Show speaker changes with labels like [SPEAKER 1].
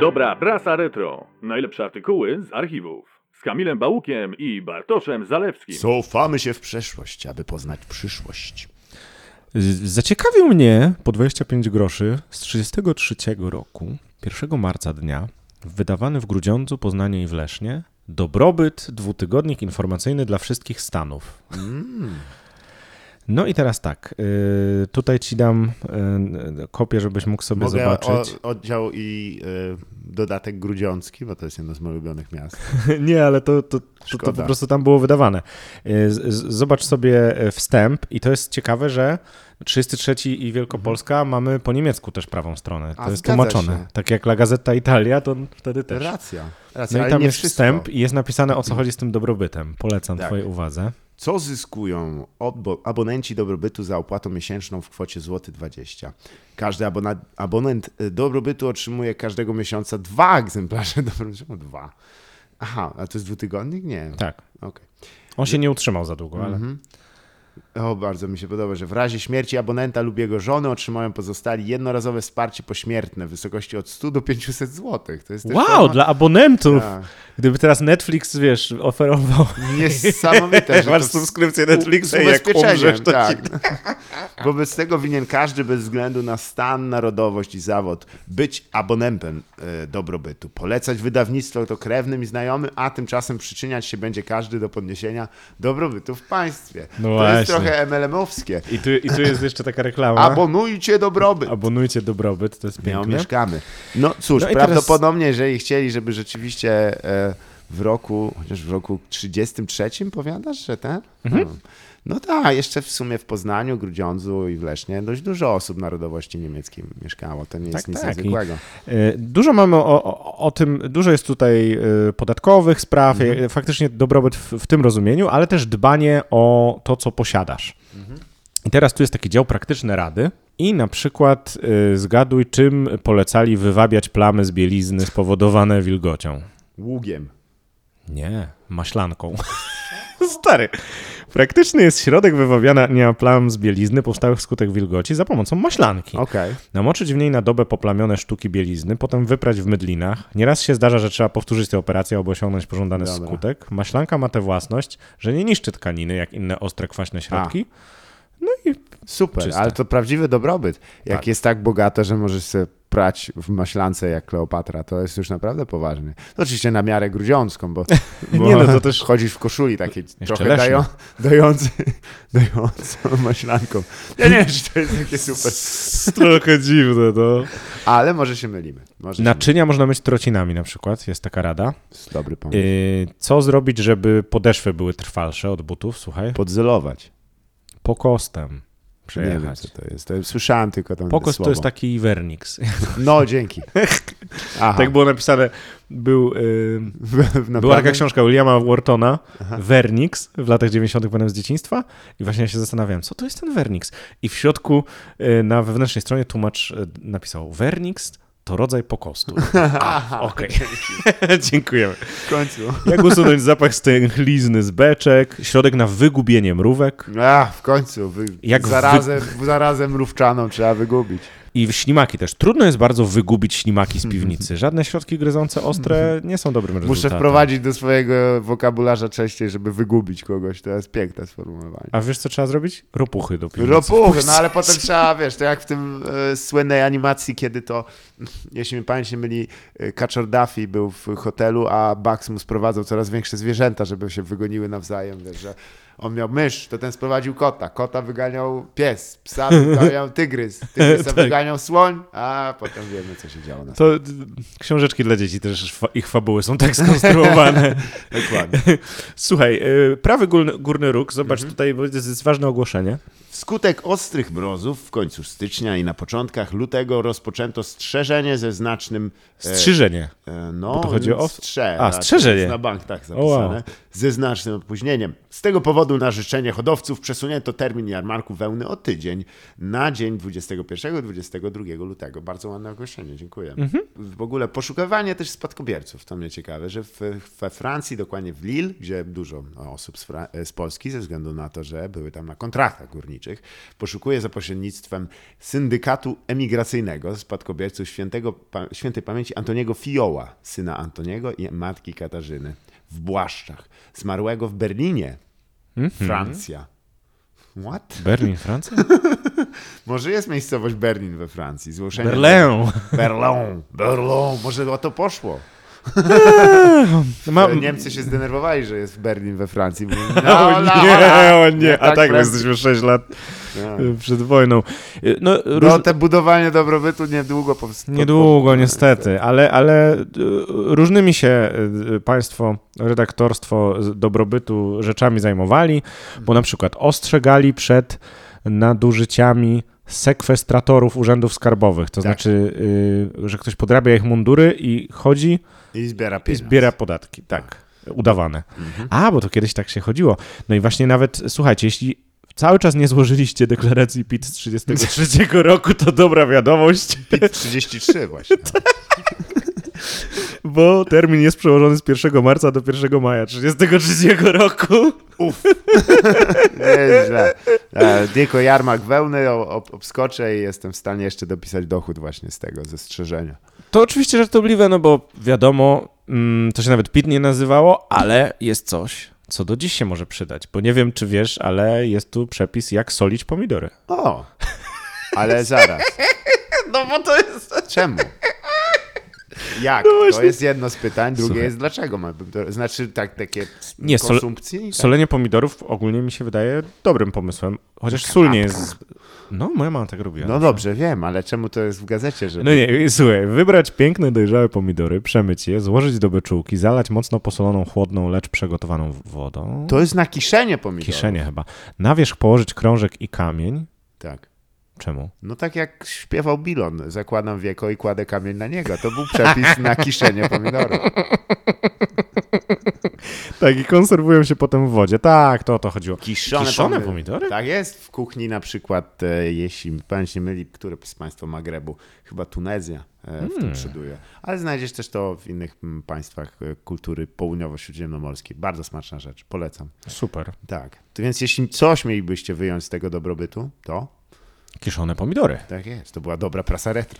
[SPEAKER 1] Dobra prasa retro. Najlepsze artykuły z archiwów. Z Kamilem Bałukiem i Bartoszem Zalewskim.
[SPEAKER 2] Cofamy się w przeszłość, aby poznać przyszłość.
[SPEAKER 3] Z- Zaciekawił mnie po 25 groszy z 33 roku, 1 marca dnia, wydawany w Grudziądzu, Poznaniu i Wlesznie, dobrobyt dwutygodnik informacyjny dla wszystkich stanów.
[SPEAKER 2] Mm.
[SPEAKER 3] No i teraz tak, y, tutaj ci dam y, kopię, żebyś mógł sobie
[SPEAKER 2] Mogę
[SPEAKER 3] zobaczyć.
[SPEAKER 2] O, oddział i y, dodatek grudziącki, bo to jest jedno z moich ulubionych miast.
[SPEAKER 3] Nie, ale to, to, to, to
[SPEAKER 2] Szkoda.
[SPEAKER 3] po prostu tam było wydawane. Y, z- z- Zobacz sobie e, wstęp i to jest ciekawe, że 33 i Wielkopolska mamy po niemiecku też prawą stronę. To
[SPEAKER 2] A,
[SPEAKER 3] jest
[SPEAKER 2] zgadza
[SPEAKER 3] tłumaczone.
[SPEAKER 2] się.
[SPEAKER 3] Tak jak La Gazzetta Italia, to on wtedy też.
[SPEAKER 2] Racja. Racja
[SPEAKER 3] No i
[SPEAKER 2] ale
[SPEAKER 3] tam
[SPEAKER 2] nie
[SPEAKER 3] jest
[SPEAKER 2] wszystko.
[SPEAKER 3] wstęp i jest napisane o co chodzi z tym dobrobytem. Polecam
[SPEAKER 2] Tak.
[SPEAKER 3] twojej uwadze.
[SPEAKER 2] Co zyskują obo- abonenci dobrobytu za opłatą miesięczną w kwocie złoty 20? Każdy abona- abonent y, dobrobytu otrzymuje każdego miesiąca dwa egzemplarze dobrobytu. Czemu Dwa. Aha, a to jest dwutygodnik? Nie.
[SPEAKER 3] Tak.
[SPEAKER 2] Okej.
[SPEAKER 3] On się nie utrzymał za długo, ale
[SPEAKER 2] Mhm. O, bardzo mi się podoba, że w razie śmierci abonenta lub jego żony otrzymają pozostali jednorazowe wsparcie pośmiertne w wysokości od 100 do 500 zł. To jest też
[SPEAKER 3] wow,
[SPEAKER 2] forma-
[SPEAKER 3] dla abonentów!
[SPEAKER 2] Tak.
[SPEAKER 3] Gdyby teraz Netflix, wiesz, oferował
[SPEAKER 2] Niesamowite, że
[SPEAKER 3] Masz
[SPEAKER 2] to w-
[SPEAKER 3] subskrypcję
[SPEAKER 2] u-
[SPEAKER 3] Netflixa i
[SPEAKER 2] z
[SPEAKER 3] jak
[SPEAKER 2] ubezpieczeniem,
[SPEAKER 3] umrzesz, to
[SPEAKER 2] tak. Wobec tego winien każdy bez względu na stan, narodowość i zawód być abonentem e, dobrobytu. Polecać wydawnictwo to krewnym i znajomym, a tymczasem przyczyniać się będzie każdy do podniesienia dobrobytu w państwie.
[SPEAKER 3] No
[SPEAKER 2] to jest
[SPEAKER 3] właśnie.
[SPEAKER 2] trochę MLM-owskie.
[SPEAKER 3] I tu, I tu jest jeszcze taka reklama.
[SPEAKER 2] Abonujcie dobrobyt.
[SPEAKER 3] Abonujcie dobrobyt, to jest
[SPEAKER 2] Miał
[SPEAKER 3] piękne.
[SPEAKER 2] mieszkamy. No cóż,
[SPEAKER 3] No i teraz-
[SPEAKER 2] prawdopodobnie, jeżeli chcieli, żeby rzeczywiście e, w roku, chociaż w roku 33 powiadasz, że ten?
[SPEAKER 3] Mhm.
[SPEAKER 2] No. No tak, jeszcze w sumie w Poznaniu, Grudziądzu i w Lesznie dość dużo osób narodowości niemieckiej mieszkało. To nie jest
[SPEAKER 3] Tak,
[SPEAKER 2] nic
[SPEAKER 3] tak.
[SPEAKER 2] niezwykłego.
[SPEAKER 3] E, Dużo mamy o, o, o tym, dużo jest tutaj e, podatkowych spraw,
[SPEAKER 2] Mhm.
[SPEAKER 3] e, faktycznie dobrobyt w, w tym rozumieniu, ale też dbanie o to, co posiadasz.
[SPEAKER 2] Mhm.
[SPEAKER 3] I teraz tu jest taki dział praktyczne rady i na przykład e, zgaduj, czym polecali wywabiać plamy z bielizny spowodowane wilgocią.
[SPEAKER 2] Ługiem.
[SPEAKER 3] Nie, maślanką. Stary. Praktyczny jest środek wywabiania plam z bielizny powstałych wskutek wilgoci za pomocą maślanki.
[SPEAKER 2] Okej.
[SPEAKER 3] Namoczyć w niej na dobę poplamione sztuki bielizny, potem wyprać w mydlinach. Nieraz się zdarza, że trzeba powtórzyć tę operację, aby osiągnąć pożądany
[SPEAKER 2] Dobra.
[SPEAKER 3] skutek. Maślanka ma tę własność, że nie niszczy tkaniny, jak inne ostre, kwaśne środki. No
[SPEAKER 2] Super,
[SPEAKER 3] Czyste.
[SPEAKER 2] ale to prawdziwy dobrobyt. Jak
[SPEAKER 3] Tak.
[SPEAKER 2] jest tak bogata, że możesz sobie prać w maślance jak Kleopatra, to jest już naprawdę poważnie. No oczywiście na miarę grudziącką, bo, bo
[SPEAKER 3] Nie, no to też-
[SPEAKER 2] chodzisz w koszuli takiej trochę
[SPEAKER 3] leśnie.
[SPEAKER 2] dają, dający, dającą maślanką. Ja nie wiem, czy to jest takie super,
[SPEAKER 3] Trochę dziwne, to.
[SPEAKER 2] ale może się mylimy. Może się
[SPEAKER 3] Naczynia można myć trocinami na przykład, jest taka rada.
[SPEAKER 2] mylimy. Dobry pomysł.
[SPEAKER 3] Yy, co zrobić, żeby podeszwy były trwalsze od butów, słuchaj?
[SPEAKER 2] Podzelować.
[SPEAKER 3] Pokostem
[SPEAKER 2] Nie wiem,
[SPEAKER 3] przejechać.
[SPEAKER 2] co to jest. To Słyszałem tylko tam
[SPEAKER 3] Pokost
[SPEAKER 2] słowo.
[SPEAKER 3] to jest taki Iwernix.
[SPEAKER 2] No, dzięki. Aha.
[SPEAKER 3] Tak było napisane, był... yy, Była taka
[SPEAKER 2] Naprawdę?
[SPEAKER 3] książka Williama Whartona, Wernix, w latach 90. panem z dzieciństwa i właśnie ja się zastanawiałem, co to jest ten Wernix? I w środku e, na wewnętrznej stronie tłumacz e, napisał, Wernix to rodzaj pokostu. A, Okej, dziękujemy.
[SPEAKER 2] W końcu.
[SPEAKER 3] Jak usunąć zapach stęchlizny z beczek, środek na wygubienie mrówek
[SPEAKER 2] A, w końcu. Wy...
[SPEAKER 3] Jak
[SPEAKER 2] Jak
[SPEAKER 3] wy-
[SPEAKER 2] zarazem, zarazem mrówczaną trzeba wygubić.
[SPEAKER 3] i ślimaki też. Trudno jest bardzo wygubić ślimaki z piwnicy. Żadne środki gryzące ostre nie są dobrym
[SPEAKER 2] Mhm. Muszę
[SPEAKER 3] rezultatem.
[SPEAKER 2] wprowadzić do swojego wokabularza częściej, żeby wygubić kogoś. To jest piękne sformułowanie.
[SPEAKER 3] A wiesz, co trzeba zrobić? Ropuchy do piwnicy.
[SPEAKER 2] Ropuchy, no ale potem trzeba, wiesz, to jak w tym e, słynnej animacji, kiedy to, jeśli mi pamięć nie myli, e, Kaczor Duffy był w hotelu, a Bugs mu sprowadzał coraz większe zwierzęta, żeby się wygoniły nawzajem, wiesz, że on miał mysz, to ten sprowadził kota, kota wyganiał pies, psa wyganiał tygrys, tygrysa
[SPEAKER 3] Tak.
[SPEAKER 2] wyganiał słoń, a potem wiemy, co się działo na
[SPEAKER 3] To y, książeczki dla dzieci też, fa- ich fabuły są tak skonstruowane.
[SPEAKER 2] Dokładnie.
[SPEAKER 3] Słuchaj, y, prawy górny, górny róg, zobacz tutaj, bo jest, jest ważne ogłoszenie.
[SPEAKER 2] Wskutek ostrych mrozów w końcu stycznia i na początkach lutego rozpoczęto strzeżenie ze znacznym. e,
[SPEAKER 3] Strzyżenie.
[SPEAKER 2] E, no,
[SPEAKER 3] Bo to chodzi o-
[SPEAKER 2] strze,
[SPEAKER 3] A,
[SPEAKER 2] tak,
[SPEAKER 3] strzeżenie.
[SPEAKER 2] jest Na bank tak
[SPEAKER 3] O, wow.
[SPEAKER 2] zapisane. Ze znacznym opóźnieniem. Z tego powodu powodu na życzenie hodowców przesunięto termin jarmarku wełny o tydzień na dzień 21-22 lutego. Bardzo ładne ogłoszenie, dziękuję.
[SPEAKER 3] Mhm.
[SPEAKER 2] W ogóle poszukiwanie też spadkobierców, to mnie ciekawe, że w, we Francji, dokładnie w Lille, gdzie dużo osób z, Fra- z Polski, ze względu na to, że były tam na kontraktach górniczych, poszukuje za pośrednictwem syndykatu emigracyjnego spadkobierców świętego, pa, świętej pamięci Antoniego Fioła, syna Antoniego i matki Katarzyny w Błaszczach, zmarłego w Berlinie,
[SPEAKER 3] Mhm.
[SPEAKER 2] Francja. What?
[SPEAKER 3] Berlin, Francja?
[SPEAKER 2] Może jest miejscowość Berlin we Francji, złożenie...
[SPEAKER 3] Berlin.
[SPEAKER 2] Berlin, Berlin, może o to poszło.
[SPEAKER 3] Ma... E,
[SPEAKER 2] Ale Niemcy się zdenerwowali, że jest Berlin we Francji. Mówili, no,
[SPEAKER 3] Um, O
[SPEAKER 2] no,
[SPEAKER 3] nie,
[SPEAKER 2] no,
[SPEAKER 3] o nie, a tak my
[SPEAKER 2] prędko.
[SPEAKER 3] jesteśmy 6 lat
[SPEAKER 2] No.
[SPEAKER 3] y, przed wojną. Y, No, róż...
[SPEAKER 2] No te budowanie dobrobytu niedługo powstało.
[SPEAKER 3] Niedługo, niestety, ale, ale y, różnymi się y, państwo, redaktorstwo z- dobrobytu rzeczami zajmowali, bo na przykład ostrzegali przed nadużyciami sekwestratorów urzędów skarbowych, to
[SPEAKER 2] Tak.
[SPEAKER 3] znaczy, y, że ktoś podrabia ich mundury i chodzi
[SPEAKER 2] I zbiera
[SPEAKER 3] i
[SPEAKER 2] pieniądze.
[SPEAKER 3] zbiera podatki, tak, udawane. A, bo to kiedyś tak się chodziło. No i właśnie nawet, słuchajcie, jeśli cały czas nie złożyliście deklaracji PIT z 33 roku, to dobra wiadomość.
[SPEAKER 2] PIT 33 właśnie.
[SPEAKER 3] Bo termin jest przełożony z 1 marca do 1 maja 33 roku.
[SPEAKER 2] Nieźle. E, Tylko jarmak wełny o- ob- obskoczę i jestem w stanie jeszcze dopisać dochód właśnie z tego, ze strzeżenia.
[SPEAKER 3] To oczywiście żartobliwe, no bo wiadomo, mm, to się nawet PIT nie nazywało, ale jest coś, co do dziś się może przydać. Bo nie wiem, czy wiesz, ale jest tu przepis, jak solić pomidory.
[SPEAKER 2] O! Ale zaraz.
[SPEAKER 3] No bo to jest... No
[SPEAKER 2] Czemu? Jak? to jest jedno z pytań, drugie
[SPEAKER 3] Słuchaj.
[SPEAKER 2] jest dlaczego. ma- to Znaczy tak, takie
[SPEAKER 3] Nie, sol-
[SPEAKER 2] konsumpcji? Tak.
[SPEAKER 3] Solenie pomidorów ogólnie mi się wydaje dobrym pomysłem, chociaż sól nie jest... No, moja mama tak robiła.
[SPEAKER 2] No dobrze, wiem, ale czemu to jest w gazecie, że...
[SPEAKER 3] No nie, słuchaj, wybrać piękne, dojrzałe pomidory, przemyć je, złożyć do beczułki, zalać mocno posoloną, chłodną, lecz przegotowaną w- wodą.
[SPEAKER 2] To jest na kiszenie pomidorów.
[SPEAKER 3] Kiszenie chyba. Na wierzch położyć krążek i kamień.
[SPEAKER 2] Tak.
[SPEAKER 3] Czemu?
[SPEAKER 2] No tak jak śpiewał Bilon, zakładam wieko i kładę kamień na niego. To był przepis na kiszenie pomidorów.
[SPEAKER 3] Tak, i konserwują się potem w wodzie. Tak, to o to chodziło.
[SPEAKER 2] Kiszone,
[SPEAKER 3] Kiszone
[SPEAKER 2] pomy-
[SPEAKER 3] pomidory?
[SPEAKER 2] Tak jest. W kuchni na przykład, e, jeśli pan się myli, które z państwa Magrebu, chyba Tunezja e, w tym przoduje. Ale znajdziesz też to w innych mm, państwach e, kultury południowo-śródziemnomorskiej. Bardzo smaczna rzecz, polecam.
[SPEAKER 3] Super.
[SPEAKER 2] Tak. To więc jeśli coś mielibyście wyjąć z tego dobrobytu, to
[SPEAKER 3] Kiszone pomidory.
[SPEAKER 2] tak jest. To była dobra prasa retro.